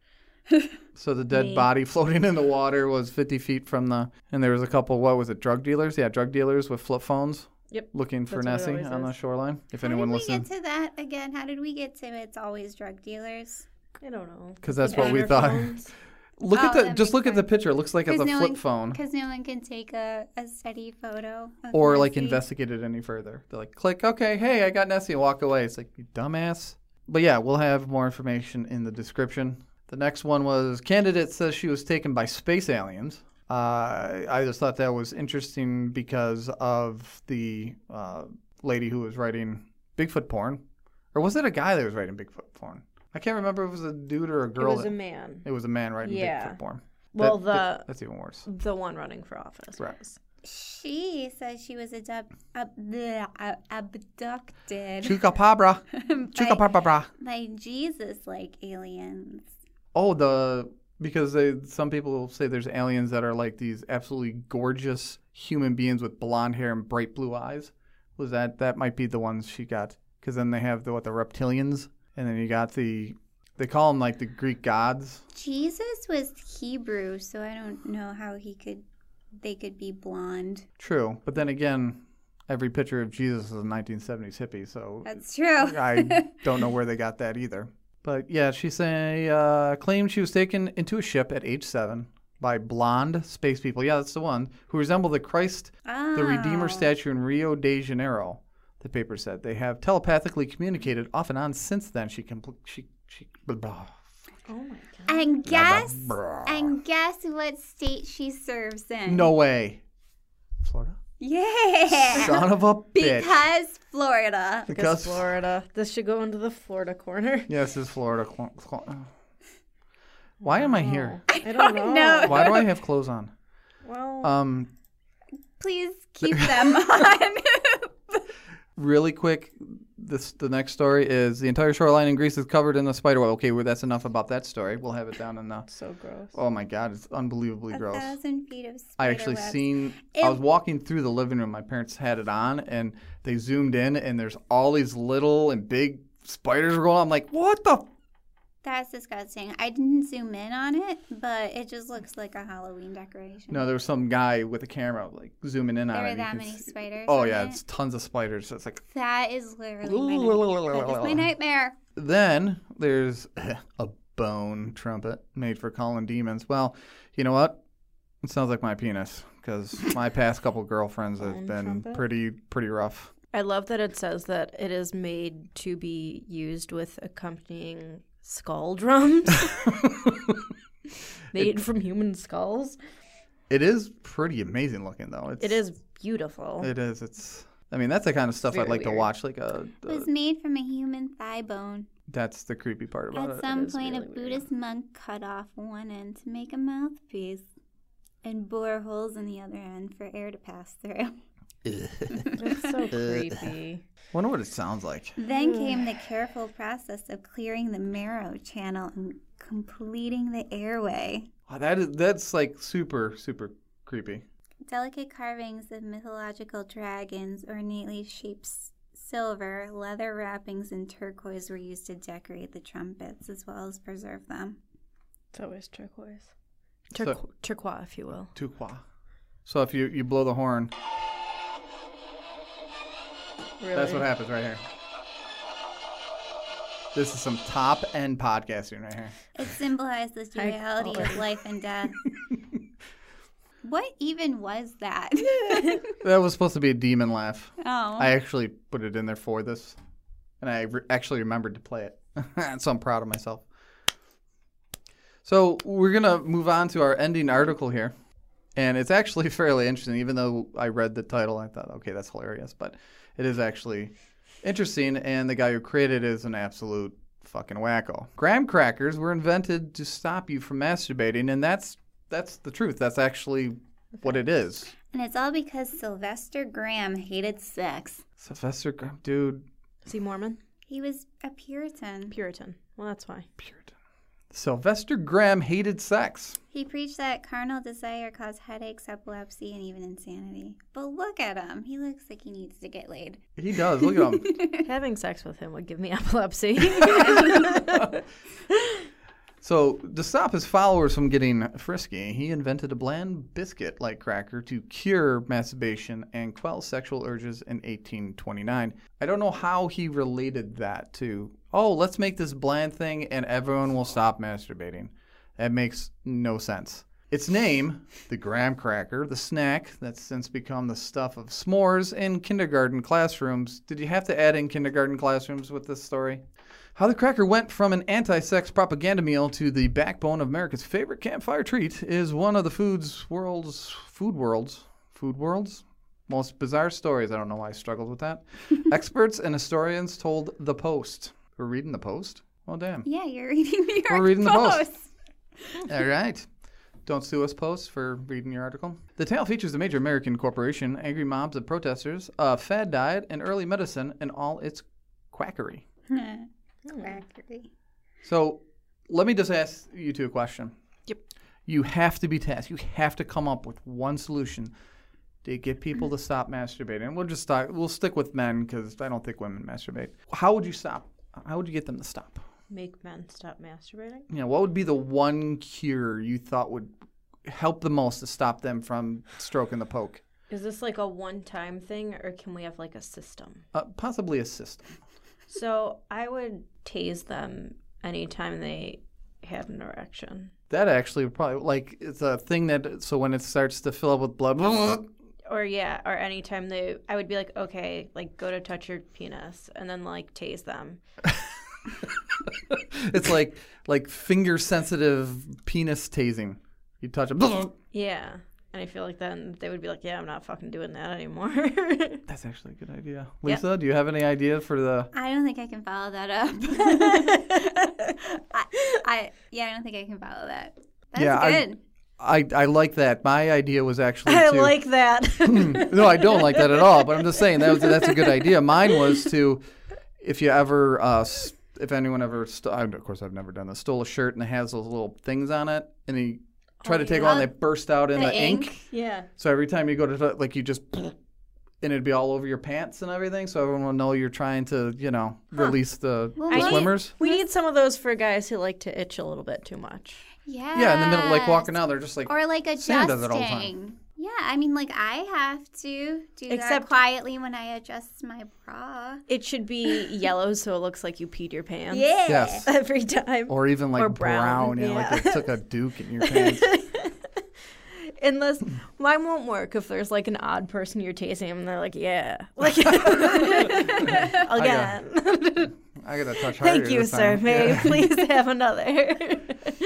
Speaker 1: so the dead
Speaker 2: me.
Speaker 1: body floating in the water was 50 feet from the, and there was a couple. What was it? Drug dealers? Yeah, drug dealers with flip phones.
Speaker 2: Yep.
Speaker 1: Looking for
Speaker 2: That's what it
Speaker 1: Nessie
Speaker 2: always
Speaker 1: on the
Speaker 2: is.
Speaker 1: shoreline. If
Speaker 3: How did
Speaker 1: anyone
Speaker 3: we
Speaker 1: listens.
Speaker 3: get to that again? How did we get to it's always drug dealers?
Speaker 2: I don't know.
Speaker 1: 'Cause that's what we
Speaker 2: Honor
Speaker 1: thought.
Speaker 2: phones.
Speaker 1: Look at
Speaker 3: Oh,
Speaker 1: the
Speaker 3: that
Speaker 1: just
Speaker 3: makes
Speaker 1: look at the picture. It looks like it's a
Speaker 3: Because no
Speaker 1: flip
Speaker 3: one-
Speaker 1: phone,
Speaker 3: Because no one can take a, a steady photo. Of
Speaker 1: or like
Speaker 3: Nessie.
Speaker 1: investigate it any further. They're like, click, okay, hey, I got Nessie, and walk away. It's like you dumbass. But yeah, we'll have more information in the description. The next one was candidate says she was taken by space aliens. Uh, I just thought that was interesting because of the uh, lady who was writing Bigfoot porn, or was it a guy that was writing Bigfoot porn? I can't remember if it was a dude or a
Speaker 2: It
Speaker 1: girl.
Speaker 2: was a
Speaker 1: that-
Speaker 2: man.
Speaker 1: it was a man writing
Speaker 2: Yeah.
Speaker 1: Bigfoot porn.
Speaker 2: Well,
Speaker 1: That-
Speaker 2: the
Speaker 1: that- that's even worse.
Speaker 2: the one running for office.
Speaker 1: Right.
Speaker 2: was.
Speaker 3: She says she was abduct, ab, bleh, uh, abducted
Speaker 1: Chupacabra.
Speaker 3: by,
Speaker 1: Chupacabra.
Speaker 3: by Jesus like aliens.
Speaker 1: Oh, the because they, some people say there's aliens that are like these absolutely gorgeous human beings with blonde hair and bright blue eyes. Was that that might be the ones she got? Because then they have the what the reptilians, and then you got the they call them like the Greek gods.
Speaker 3: Jesus was Hebrew, so I don't know how he could they could be blonde.
Speaker 1: True, but then again, every picture of Jesus is a 1970s hippie, so
Speaker 3: That's true.
Speaker 1: I don't know where they got that either. But yeah, she say, uh, claimed she was taken into a ship at age seven by blonde space people. Yeah, that's the one who resemble the Christ, the Redeemer
Speaker 3: Oh.
Speaker 1: statue in Rio de Janeiro. The paper said they have telepathically communicated off and on since then. She compl- she she. Blah, blah.
Speaker 2: Oh my god.
Speaker 3: And guess
Speaker 1: brah.
Speaker 3: and guess what state she serves in?
Speaker 1: No way. Florida.
Speaker 3: Yeah.
Speaker 1: Son of a bitch.
Speaker 3: because Florida.
Speaker 2: Because Florida. This should go into the Florida corner.
Speaker 1: Yes, it's Florida. Cl- cl- Why am I here?
Speaker 2: I don't know.
Speaker 3: know.
Speaker 1: Why do I have clothes on?
Speaker 2: Well,
Speaker 1: Um,
Speaker 3: Please keep them on.
Speaker 1: really quick, this the next story is the entire shoreline in Greece is covered in the spider web. Okay, well, that's enough about that story. We'll have it down in the.
Speaker 2: so gross.
Speaker 1: Oh my God, it's unbelievably
Speaker 3: A
Speaker 1: gross.
Speaker 3: thousand feet of
Speaker 1: I
Speaker 3: spider
Speaker 1: actually
Speaker 3: webs.
Speaker 1: seen.
Speaker 3: It-
Speaker 1: I was walking through the living room. My parents had it on, and they zoomed in, and there's all these little and big spiders going. on. I'm like, what the? f-"
Speaker 3: That's disgusting. I didn't zoom in on it, but it just looks like a Halloween decoration.
Speaker 1: No, there was some guy with a camera like zooming in
Speaker 3: there
Speaker 1: on it.
Speaker 3: were
Speaker 1: You
Speaker 3: that
Speaker 1: can
Speaker 3: many
Speaker 1: see-
Speaker 3: spiders.
Speaker 1: Oh
Speaker 3: on
Speaker 1: yeah,
Speaker 3: it.
Speaker 1: it's tons of spiders. It's like
Speaker 3: that is literally my nightmare. That is my nightmare.
Speaker 1: Then there's a bone trumpet made for calling demons. Well, you know what? It sounds like my penis because my past couple girlfriends have
Speaker 2: Bone
Speaker 1: been
Speaker 2: trumpet?
Speaker 1: pretty pretty rough.
Speaker 2: I love that it says that it is made to be used with accompanying skull drums made from human skulls.
Speaker 1: It is pretty amazing looking though. It's,
Speaker 2: It is beautiful.
Speaker 1: It is. It's. I mean, that's the kind of stuff I'd
Speaker 2: Very
Speaker 1: like to
Speaker 2: weird.
Speaker 1: watch. Like a.
Speaker 3: It
Speaker 1: a-
Speaker 3: was made from a human thigh bone.
Speaker 1: that's the creepy part about
Speaker 3: At
Speaker 1: it.
Speaker 3: some
Speaker 2: is
Speaker 3: point, a
Speaker 2: really weird.
Speaker 3: Buddhist monk cut off one end to make a mouthpiece and bore holes in the other end for air to pass through.
Speaker 2: It's so creepy.
Speaker 1: Wonder what it sounds like.
Speaker 3: Then came the careful process of clearing the marrow channel and completing the airway.
Speaker 1: Oh, that is. That's like super super creepy.
Speaker 3: Delicate carvings of mythological dragons, ornately shaped s- silver, leather wrappings, and turquoise were used to decorate the trumpets as well as preserve them.
Speaker 2: It's always turquoise.
Speaker 1: So-
Speaker 2: Turqu- turquoise, if you will.
Speaker 1: Tuqua. So if you you blow the horn,
Speaker 2: Really?
Speaker 1: That's what happens right here. This is some top end podcasting right here.
Speaker 3: It symbolized the
Speaker 2: I
Speaker 3: duality of
Speaker 2: already-
Speaker 3: life and death. what even was that?
Speaker 1: That was supposed to be a demon laugh.
Speaker 3: oh,
Speaker 1: I actually put it in there for this, and I re- actually remembered to play it, so I'm proud of myself. So we're gonna move on to our ending article here, and it's actually fairly interesting. Even though I read the title, I thought, okay, that's hilarious, but it is actually interesting. And the guy who created it is an absolute fucking wacko. Graham crackers were invented to stop you from masturbating, and that's that's the truth. That's actually what it is.
Speaker 3: and it's all because Sylvester Graham hated sex.
Speaker 1: Sylvester Graham, dude.
Speaker 2: Is he Mormon?
Speaker 3: He was a Puritan.
Speaker 2: Puritan. Well, that's why.
Speaker 1: Puritan. Sylvester Graham hated sex.
Speaker 3: He preached that carnal desire caused headaches, epilepsy, and even insanity. But look at him. He looks like he needs to get laid.
Speaker 1: He does. Look at him.
Speaker 2: Having sex with him would give me epilepsy.
Speaker 1: So, to stop his followers from getting frisky, he invented a bland biscuit like cracker to cure masturbation and quell sexual urges in 1829. I don't know how he related that to, oh, let's make this bland thing and everyone will stop masturbating. That makes no sense. Its name, the graham cracker, the snack that's since become the stuff of s'mores in kindergarten classrooms. Did you have to add in kindergarten classrooms with this story? How the cracker went from an anti sex propaganda meal to the backbone of America's favorite campfire treat is one of the food's world's food world's food world's most bizarre stories. I don't know why I struggled with that. Experts and historians told The Post. We're reading The Post? Oh, damn.
Speaker 3: Yeah, you're reading the York
Speaker 1: We're reading the Post.
Speaker 3: Post.
Speaker 1: All right. Don't sue us, Post, for reading your article. The tale features a major American corporation, angry mobs of protesters, a fad diet, and early medicine in all its quackery.
Speaker 3: Quackery.
Speaker 1: So let me just ask you two a question. You have to be tasked. You have to come up with one solution to get people to stop masturbating. And we'll just talk, we'll stick with men because I don't think women masturbate. How would you stop? How would you get them to stop?
Speaker 2: Make men stop masturbating.
Speaker 1: You know, what would be the one cure you thought would help the most to stop them from stroking the poke?
Speaker 2: Is this like a one time thing or can we have like a system?
Speaker 1: Uh, possibly a system.
Speaker 2: So I would tase them anytime they had an erection.
Speaker 1: That actually would probably like it's a thing that so when it starts to fill up with blood,
Speaker 2: Or yeah, or anytime they I would be like, okay, like go to touch your penis and then like tase them.
Speaker 1: it's like like finger sensitive penis tasing. You touch it.
Speaker 2: Yeah. And I feel like then they would be like, Yeah, I'm not fucking doing that anymore.
Speaker 1: That's actually a good idea. Lisa, do you have any idea for the
Speaker 3: I don't think I can follow that up. I, I yeah, I don't think I can follow that. That's
Speaker 1: Yeah, I-
Speaker 3: good.
Speaker 1: I, I like that. My idea was actually
Speaker 2: I
Speaker 1: to
Speaker 2: like that.
Speaker 1: Hmm. no, I don't like that at all. But I'm just saying that was, that's a good idea. Mine was to, if you ever, uh, s- if anyone ever, st- I, of course I've never done this, stole a shirt and it has those little things on it, and you try
Speaker 2: Oh,
Speaker 1: to take
Speaker 3: yeah.
Speaker 1: one, they burst out in the, ink.
Speaker 2: yeah.
Speaker 1: So every time you go to t- like you just, and it'd be all over your pants and everything, so everyone will know you're trying to, you know, release the,
Speaker 3: Well,
Speaker 1: the
Speaker 2: I need-
Speaker 1: swimmers.
Speaker 2: We need some of those for guys who like to itch a little bit too much.
Speaker 3: Yeah.
Speaker 1: Yeah, in the middle, like walking out, they're just like,
Speaker 3: Or like
Speaker 1: Sam does it all the time.
Speaker 3: adjusting. Yeah, I mean, like I have to do
Speaker 2: Except-
Speaker 3: that quietly when I adjust my bra.
Speaker 2: It should be yellow so it looks like you peed your pants.
Speaker 3: Yeah.
Speaker 1: yes.
Speaker 2: Every time.
Speaker 1: Or even like
Speaker 2: Or brown,
Speaker 1: yeah,
Speaker 2: yeah.
Speaker 1: like they took a duke in your pants.
Speaker 2: Unless mine won't work if there's like an odd person you're tasting and they're like, yeah. Like, again.
Speaker 1: I gotta touch harder.
Speaker 2: Thank you,
Speaker 1: this
Speaker 2: sir.
Speaker 1: time.
Speaker 2: May
Speaker 1: Yeah.
Speaker 2: I please have another?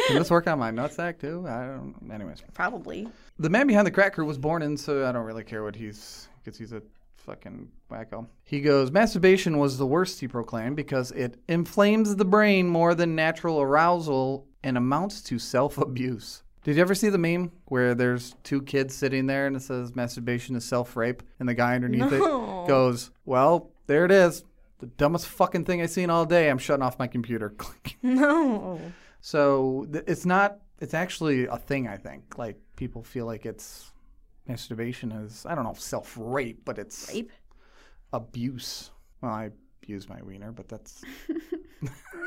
Speaker 1: Can this work on my nutsack too? I don't. Anyways,
Speaker 2: Probably.
Speaker 1: the man behind the crack crew was born in, so I don't really care what he's because he's a fucking wacko. He goes, masturbation was the worst. He proclaimed because it inflames the brain more than natural arousal and amounts to self abuse. Did you ever see the meme where there's two kids sitting there and it says masturbation is self rape, and the guy underneath
Speaker 2: No.
Speaker 1: it goes, "Well, there it is." The dumbest fucking thing I've seen all day. I'm shutting off my computer. Click.
Speaker 2: No.
Speaker 1: So th- it's not. It's actually a thing. I think like people feel like it's masturbation is I don't know self rape, but it's
Speaker 2: Rape?
Speaker 1: abuse. Well, I abuse my wiener, but that's.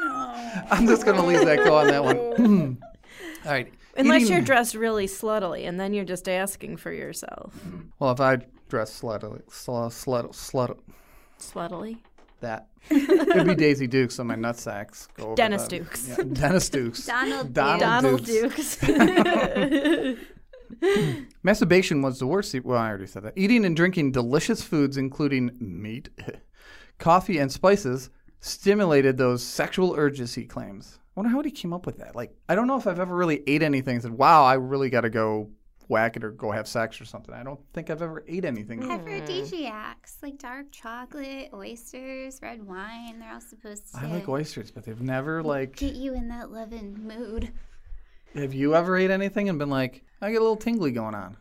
Speaker 1: I'm just gonna leave that go on that one. All right.
Speaker 2: Unless
Speaker 1: Eating-
Speaker 2: you're dressed really sluttily and then you're just asking for yourself.
Speaker 1: Well, if I dress sluttily, slut, slut, slut,
Speaker 2: Sluttily?
Speaker 1: that it'd be Daisy Dukes on my nutsacks. Go over
Speaker 2: Dennis
Speaker 1: them.
Speaker 2: Dukes.
Speaker 1: Yeah, Dennis Dukes.
Speaker 3: Donald.
Speaker 1: Donald
Speaker 3: Duck.
Speaker 2: Donald Dukes.
Speaker 1: Dukes. Masturbation was the worst. Well, I already said that. Eating and drinking delicious foods, including meat, coffee, and spices, stimulated those sexual urges, he claims. I wonder how he came up with that. Like, I don't know if I've ever really ate anything and said, wow, I really got to go whack it or go have sex or something. I don't think I've ever ate anything.
Speaker 3: Aphrodisiacs like dark chocolate, oysters, red wine. They're all supposed to
Speaker 1: I like oysters, but they've never, like,
Speaker 3: get you in that loving mood.
Speaker 1: have you ever ate anything and been like, I get a little tingly going on?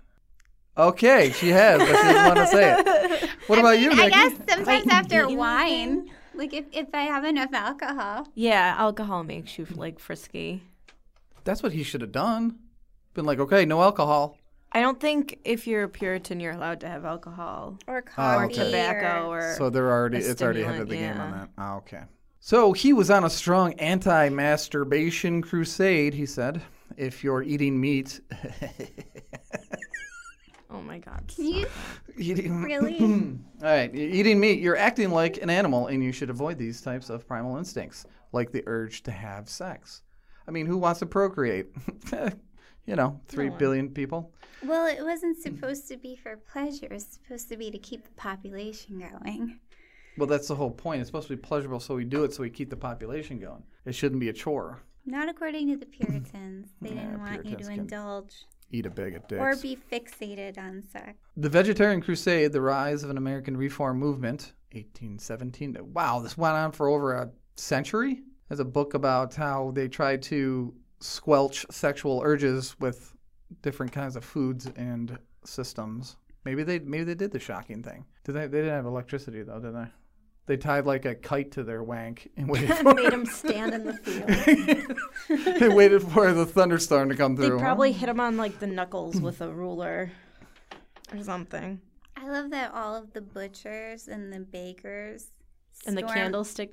Speaker 1: Okay, she has, but she doesn't want to say it. What about you, Nikki?
Speaker 3: I guess sometimes after
Speaker 2: you know
Speaker 3: wine, like if, if I have enough alcohol.
Speaker 2: yeah, alcohol makes you like frisky.
Speaker 1: That's what he should have done. Been like, okay, no alcohol.
Speaker 2: I don't think if you're a Puritan, you're allowed to have alcohol
Speaker 3: Or
Speaker 1: Oh,
Speaker 3: coffee.
Speaker 2: or
Speaker 1: okay.
Speaker 2: tobacco or.
Speaker 1: So they're already
Speaker 2: a
Speaker 1: it's already ahead of the
Speaker 2: stimulant,
Speaker 1: game on
Speaker 2: yeah.
Speaker 1: that. Ah, okay. So he was on a strong anti-masturbation crusade. He said, "If you're eating meat,
Speaker 2: oh my God.
Speaker 3: You
Speaker 1: eating
Speaker 3: really?
Speaker 1: all right, you're eating meat, you're acting like an animal, and you should avoid these types of primal instincts, like the urge to have sex. I mean, who wants to procreate? you know, three billion people.
Speaker 3: well, it
Speaker 1: Mm.
Speaker 3: wasn't supposed to be for pleasure. It was supposed to be to keep the population going.
Speaker 1: Well, that's the whole point. It's supposed to be pleasurable, so we do it so we keep the population going. It shouldn't be a chore.
Speaker 3: Not according to the Puritans. They
Speaker 1: Yeah,
Speaker 3: didn't want you
Speaker 1: Puritans
Speaker 3: to
Speaker 1: can-
Speaker 3: indulge
Speaker 1: Eat a bag of dicks.
Speaker 3: or be fixated on sex.
Speaker 1: The Vegetarian Crusade, the rise of an American reform movement, 1817. to- Wow, this went on for over a century. There's a book about how they tried to squelch sexual urges with different kinds of foods and systems. Maybe they maybe they did the shocking thing. Did they? They didn't have electricity though, did they? They tied like a kite to their wank and waited for
Speaker 2: Made him stand in the field.
Speaker 1: they waited for the thunderstorm to come
Speaker 2: They
Speaker 1: through.
Speaker 2: probably hit him on like the knuckles with a ruler or something.
Speaker 3: I love that all of the butchers and the bakers
Speaker 2: And the
Speaker 3: storm-
Speaker 2: candlestick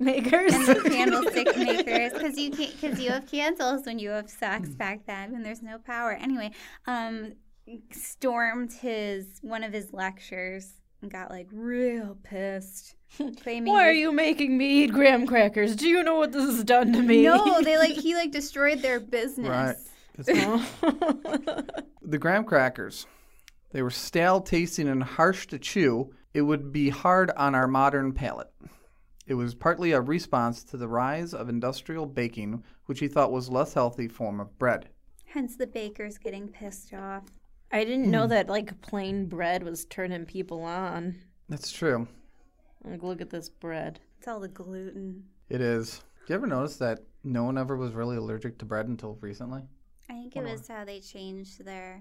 Speaker 2: makers.
Speaker 3: and the candlestick makers because you can't because you have candles when you have sex
Speaker 1: Mm.
Speaker 3: back then when there's no power anyway um stormed his one of his lectures and got like real pissed claiming
Speaker 2: Why are
Speaker 3: his-
Speaker 2: you making me eat graham crackers? Do you know what this has done to me?
Speaker 3: no they like he like destroyed their business
Speaker 1: Right.
Speaker 2: Oh.
Speaker 1: The graham crackers. They were stale tasting and harsh to chew. It would be hard on our modern palate. It was partly a response to the rise of industrial baking, which he thought was less healthy form of bread.
Speaker 3: hence the bakers getting pissed off
Speaker 2: I didn't
Speaker 1: Hmm.
Speaker 2: know that like plain bread was turning people on.
Speaker 1: That's true.
Speaker 2: Like, look at this bread.
Speaker 3: it's all the gluten
Speaker 1: It is. Do you ever notice that no one ever was really allergic to bread until recently?
Speaker 3: i think it was how they changed their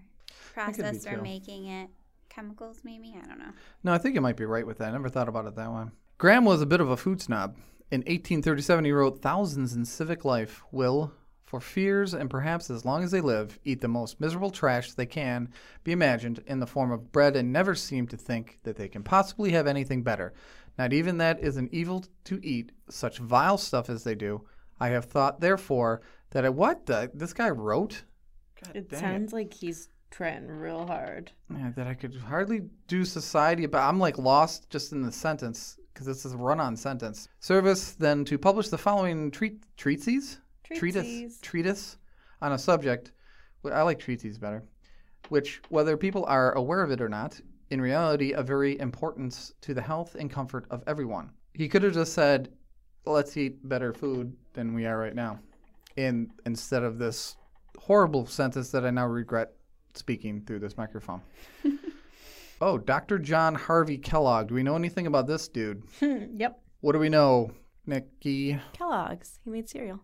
Speaker 3: process for
Speaker 1: too.
Speaker 3: making it chemicals maybe i don't know
Speaker 1: No, I think you might be right with that. I never thought about it that way. Graham was a bit of a food snob. In 1837, he wrote, Thousands in civic life will, for fears and perhaps as long as they live, eat the most miserable trash they can be imagined in the form of bread and never seem to think that they can possibly have anything better. Not even that is an evil to eat such vile stuff as they do. I have thought, therefore, that I, what the, this guy wrote? God
Speaker 2: It
Speaker 1: dang
Speaker 2: sounds like he's trying real hard.
Speaker 1: yeah, that I could hardly do society, but I'm like lost just in the sentence because this is a run-on sentence. Service then to publish the following treat treatises, treatise,
Speaker 2: Treatises.
Speaker 1: treatise on a subject. Well, I like treatises better, which whether people are aware of it or not, in reality, of very importance to the health and comfort of everyone. He could have just said, "Let's eat better food than we are right now," and instead of this horrible sentence that I now regret speaking through this microphone. oh, Dr. John Harvey Kellogg. Do we know anything about this dude?
Speaker 2: yep.
Speaker 1: What do we know, Nikki?
Speaker 2: Kellogg's. He made cereal.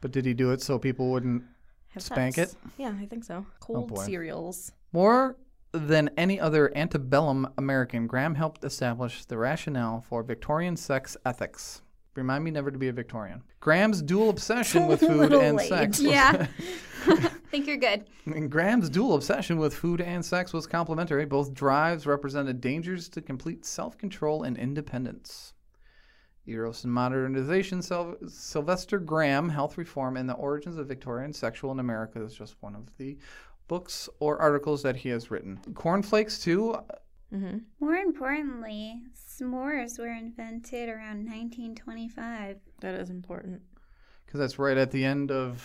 Speaker 1: But did he do it so people wouldn't?
Speaker 2: Have
Speaker 1: Spank
Speaker 2: sex.
Speaker 1: it? Oh,
Speaker 2: Yeah, I think so. Cold
Speaker 1: boy.
Speaker 2: cereals.
Speaker 1: More than any other antebellum American, Graham helped establish the rationale for Victorian sex ethics. Remind me never to be a Victorian. Graham's dual obsession with
Speaker 2: A
Speaker 1: food
Speaker 2: little
Speaker 1: and
Speaker 2: late.
Speaker 1: sex. was-
Speaker 3: yeah think you're good
Speaker 1: And Graham's dual obsession with food and sex was complementary. Both drives represented dangers to complete self control and independence. Eros and Modernization, Syl- Sylvester Graham, Health Reform, and the Origins of Victorian Sexual in America is just one of the books or articles that he has written. Cornflakes, too.
Speaker 2: Mm-hmm.
Speaker 3: More importantly, s'mores were invented around 1925.
Speaker 2: That is important.
Speaker 1: because that's right at the end of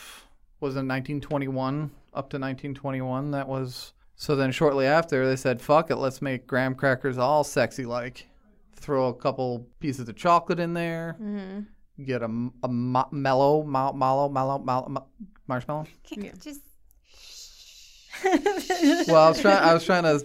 Speaker 1: was it 1921 up to 1921 that was so then shortly after they said fuck it let's make graham crackers all sexy like throw a couple pieces of chocolate in there
Speaker 2: Mm-hmm.
Speaker 1: get a, m- a mo- mellow mo- mallow mallow mallow ma- marshmallow
Speaker 3: Can
Speaker 2: Yeah.
Speaker 3: Just
Speaker 1: well i was trying i was trying to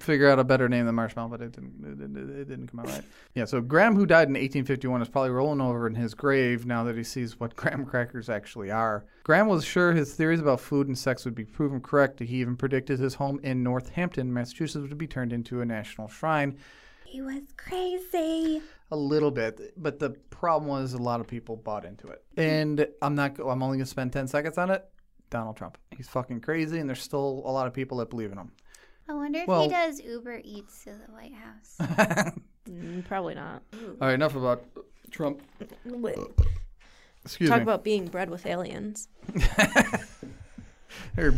Speaker 1: figure out a better name than marshmallow but it didn't it, didn't- it didn't come out right yeah so graham who died in 1851 is probably rolling over in his grave now that he sees what graham crackers actually are graham was sure his theories about food and sex would be proven correct he even predicted his home in northampton massachusetts would be turned into a national shrine
Speaker 3: he was crazy.
Speaker 1: a little bit but the problem was a lot of people bought into it and i'm not go- i'm only going to spend 10 seconds on it donald trump he's fucking crazy and there's still a lot of people that believe in him
Speaker 3: I wonder if
Speaker 1: Well-
Speaker 3: he does Uber Eats to the White House.
Speaker 2: Mm, probably not.
Speaker 1: All right, enough about Trump. Excuse
Speaker 2: Talk
Speaker 1: me.
Speaker 2: about being bred with aliens.
Speaker 1: They're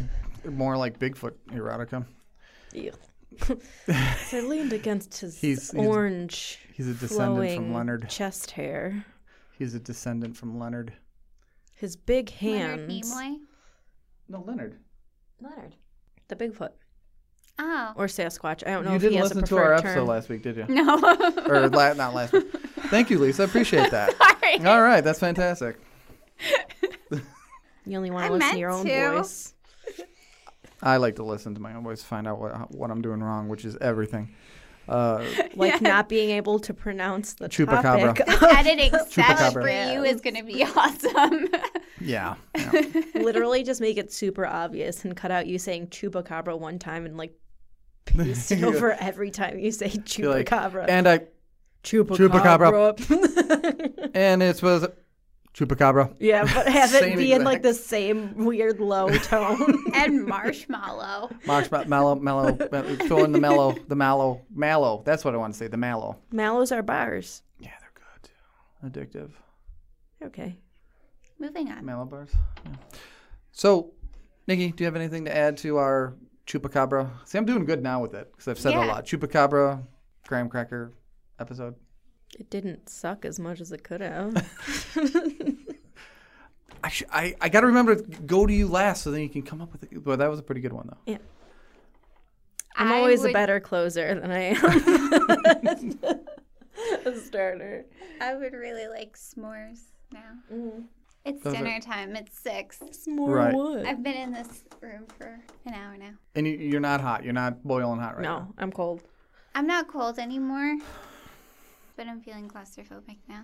Speaker 1: more like Bigfoot erotica.
Speaker 2: Yeah. so I leaned against his
Speaker 1: He's- he's-
Speaker 2: orange,
Speaker 1: He's a descendant
Speaker 2: flowing
Speaker 1: from Leonard.
Speaker 2: chest hair,
Speaker 1: He's a descendant from Leonard.
Speaker 2: his big
Speaker 3: Leonard
Speaker 2: hands.
Speaker 3: Nimoy.
Speaker 1: No, Leonard.
Speaker 2: Leonard. The Bigfoot.
Speaker 3: Oh
Speaker 2: Or Sasquatch. I don't know
Speaker 1: you
Speaker 2: if
Speaker 1: didn't
Speaker 2: he has a
Speaker 1: listen to
Speaker 2: preferred
Speaker 1: our episode
Speaker 2: term.
Speaker 1: last week, did you?
Speaker 3: no.
Speaker 1: or la- not last week. Thank you, Lisa. I appreciate that.
Speaker 3: Sorry.
Speaker 1: All right, that's fantastic.
Speaker 2: You only want
Speaker 3: I
Speaker 2: to listen to
Speaker 3: meant
Speaker 2: your own
Speaker 3: to.
Speaker 2: voice.
Speaker 1: I like to listen to my own voice, find out what, what I'm doing wrong, which is everything. Uh,
Speaker 2: Like not being able to pronounce the
Speaker 1: Chupacabra.
Speaker 2: topic.
Speaker 3: Editing salad
Speaker 1: Chupacabra.
Speaker 3: for you is going to be awesome.
Speaker 1: yeah. yeah.
Speaker 2: Literally just make it super obvious and cut out you saying chupacabra one time and like paste it over every time you say
Speaker 1: Be like,
Speaker 2: chupacabra.
Speaker 1: and I Chupacabra.
Speaker 2: Chupacabra.
Speaker 1: And it was Chupacabra.
Speaker 2: yeah, but have it
Speaker 1: Same
Speaker 2: be in like the same weird low tone.
Speaker 3: And marshmallow.
Speaker 1: Marshmallow, mellow, mellow, throw in the mellow, the mallow, mallow. That's what I want to say, the mallow.
Speaker 2: Mallows are bars.
Speaker 1: Yeah, they're good. Addictive.
Speaker 2: Okay.
Speaker 3: Moving on.
Speaker 1: Mallow bars. Yeah. So, Nikki, do you have anything to add to our Chupacabra? See, I'm doing good now with it because I've said a
Speaker 3: Yeah.
Speaker 1: lot. Chupacabra, graham cracker episode.
Speaker 2: It didn't suck as much as it could have.
Speaker 1: I, sh- I, I got to remember to go to you last so then you can come up with it. Well, that was a pretty good one, though.
Speaker 2: I'm
Speaker 3: I
Speaker 2: always
Speaker 3: would-
Speaker 2: a better closer than I am a starter.
Speaker 3: I would really like s'mores now. It's
Speaker 1: Those are-
Speaker 3: dinner time. It's six.
Speaker 2: It's more
Speaker 1: Right.
Speaker 2: wood.
Speaker 3: I've been in this room for an hour now.
Speaker 1: And you, you're not hot. You're not boiling hot right now.
Speaker 2: no, I'm cold.
Speaker 3: I'm not cold anymore, but I'm feeling claustrophobic now.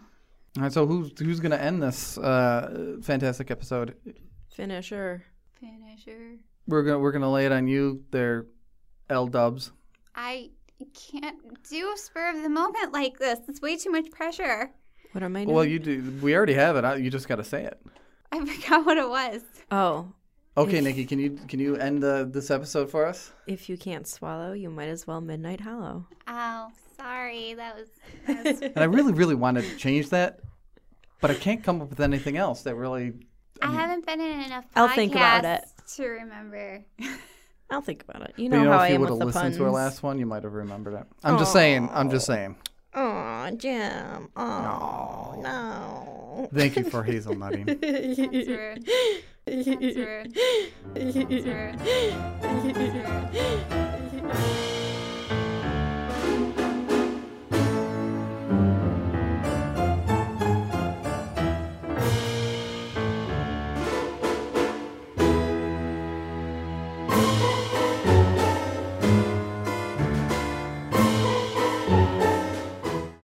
Speaker 1: All right, so who's who's going to end this uh, fantastic episode?
Speaker 2: Finisher.
Speaker 3: Finisher.
Speaker 1: We're gonna we're gonna lay it on you. They're L Dubs.
Speaker 3: I can't do spur of the moment like this. It's way too much pressure.
Speaker 2: What am I doing?
Speaker 1: Well, you do. We already have it. I, you just got to say it.
Speaker 3: I forgot what it was.
Speaker 2: oh,
Speaker 1: Okay, Nikki, can you can you end the, this episode for us?
Speaker 2: if you can't swallow, you might as well midnight hollow.
Speaker 3: Oh, sorry. That was. That was
Speaker 1: And I really really wanted to change that, but I can't come up with anything else that really.
Speaker 3: I haven't been in enough.
Speaker 2: I'll think about
Speaker 3: podcasts to remember.
Speaker 2: I'll think about it. You
Speaker 1: But
Speaker 2: know how I
Speaker 1: if you
Speaker 2: am
Speaker 1: would have
Speaker 2: with the
Speaker 1: listened
Speaker 2: puns.
Speaker 1: to our last one, you might have remembered it. I'm just saying. I'm just saying.
Speaker 2: Aw, Jim. Oh no.
Speaker 1: Thank you for hazelnutting.
Speaker 3: That's rude. That's rude. That's rude. That's rude.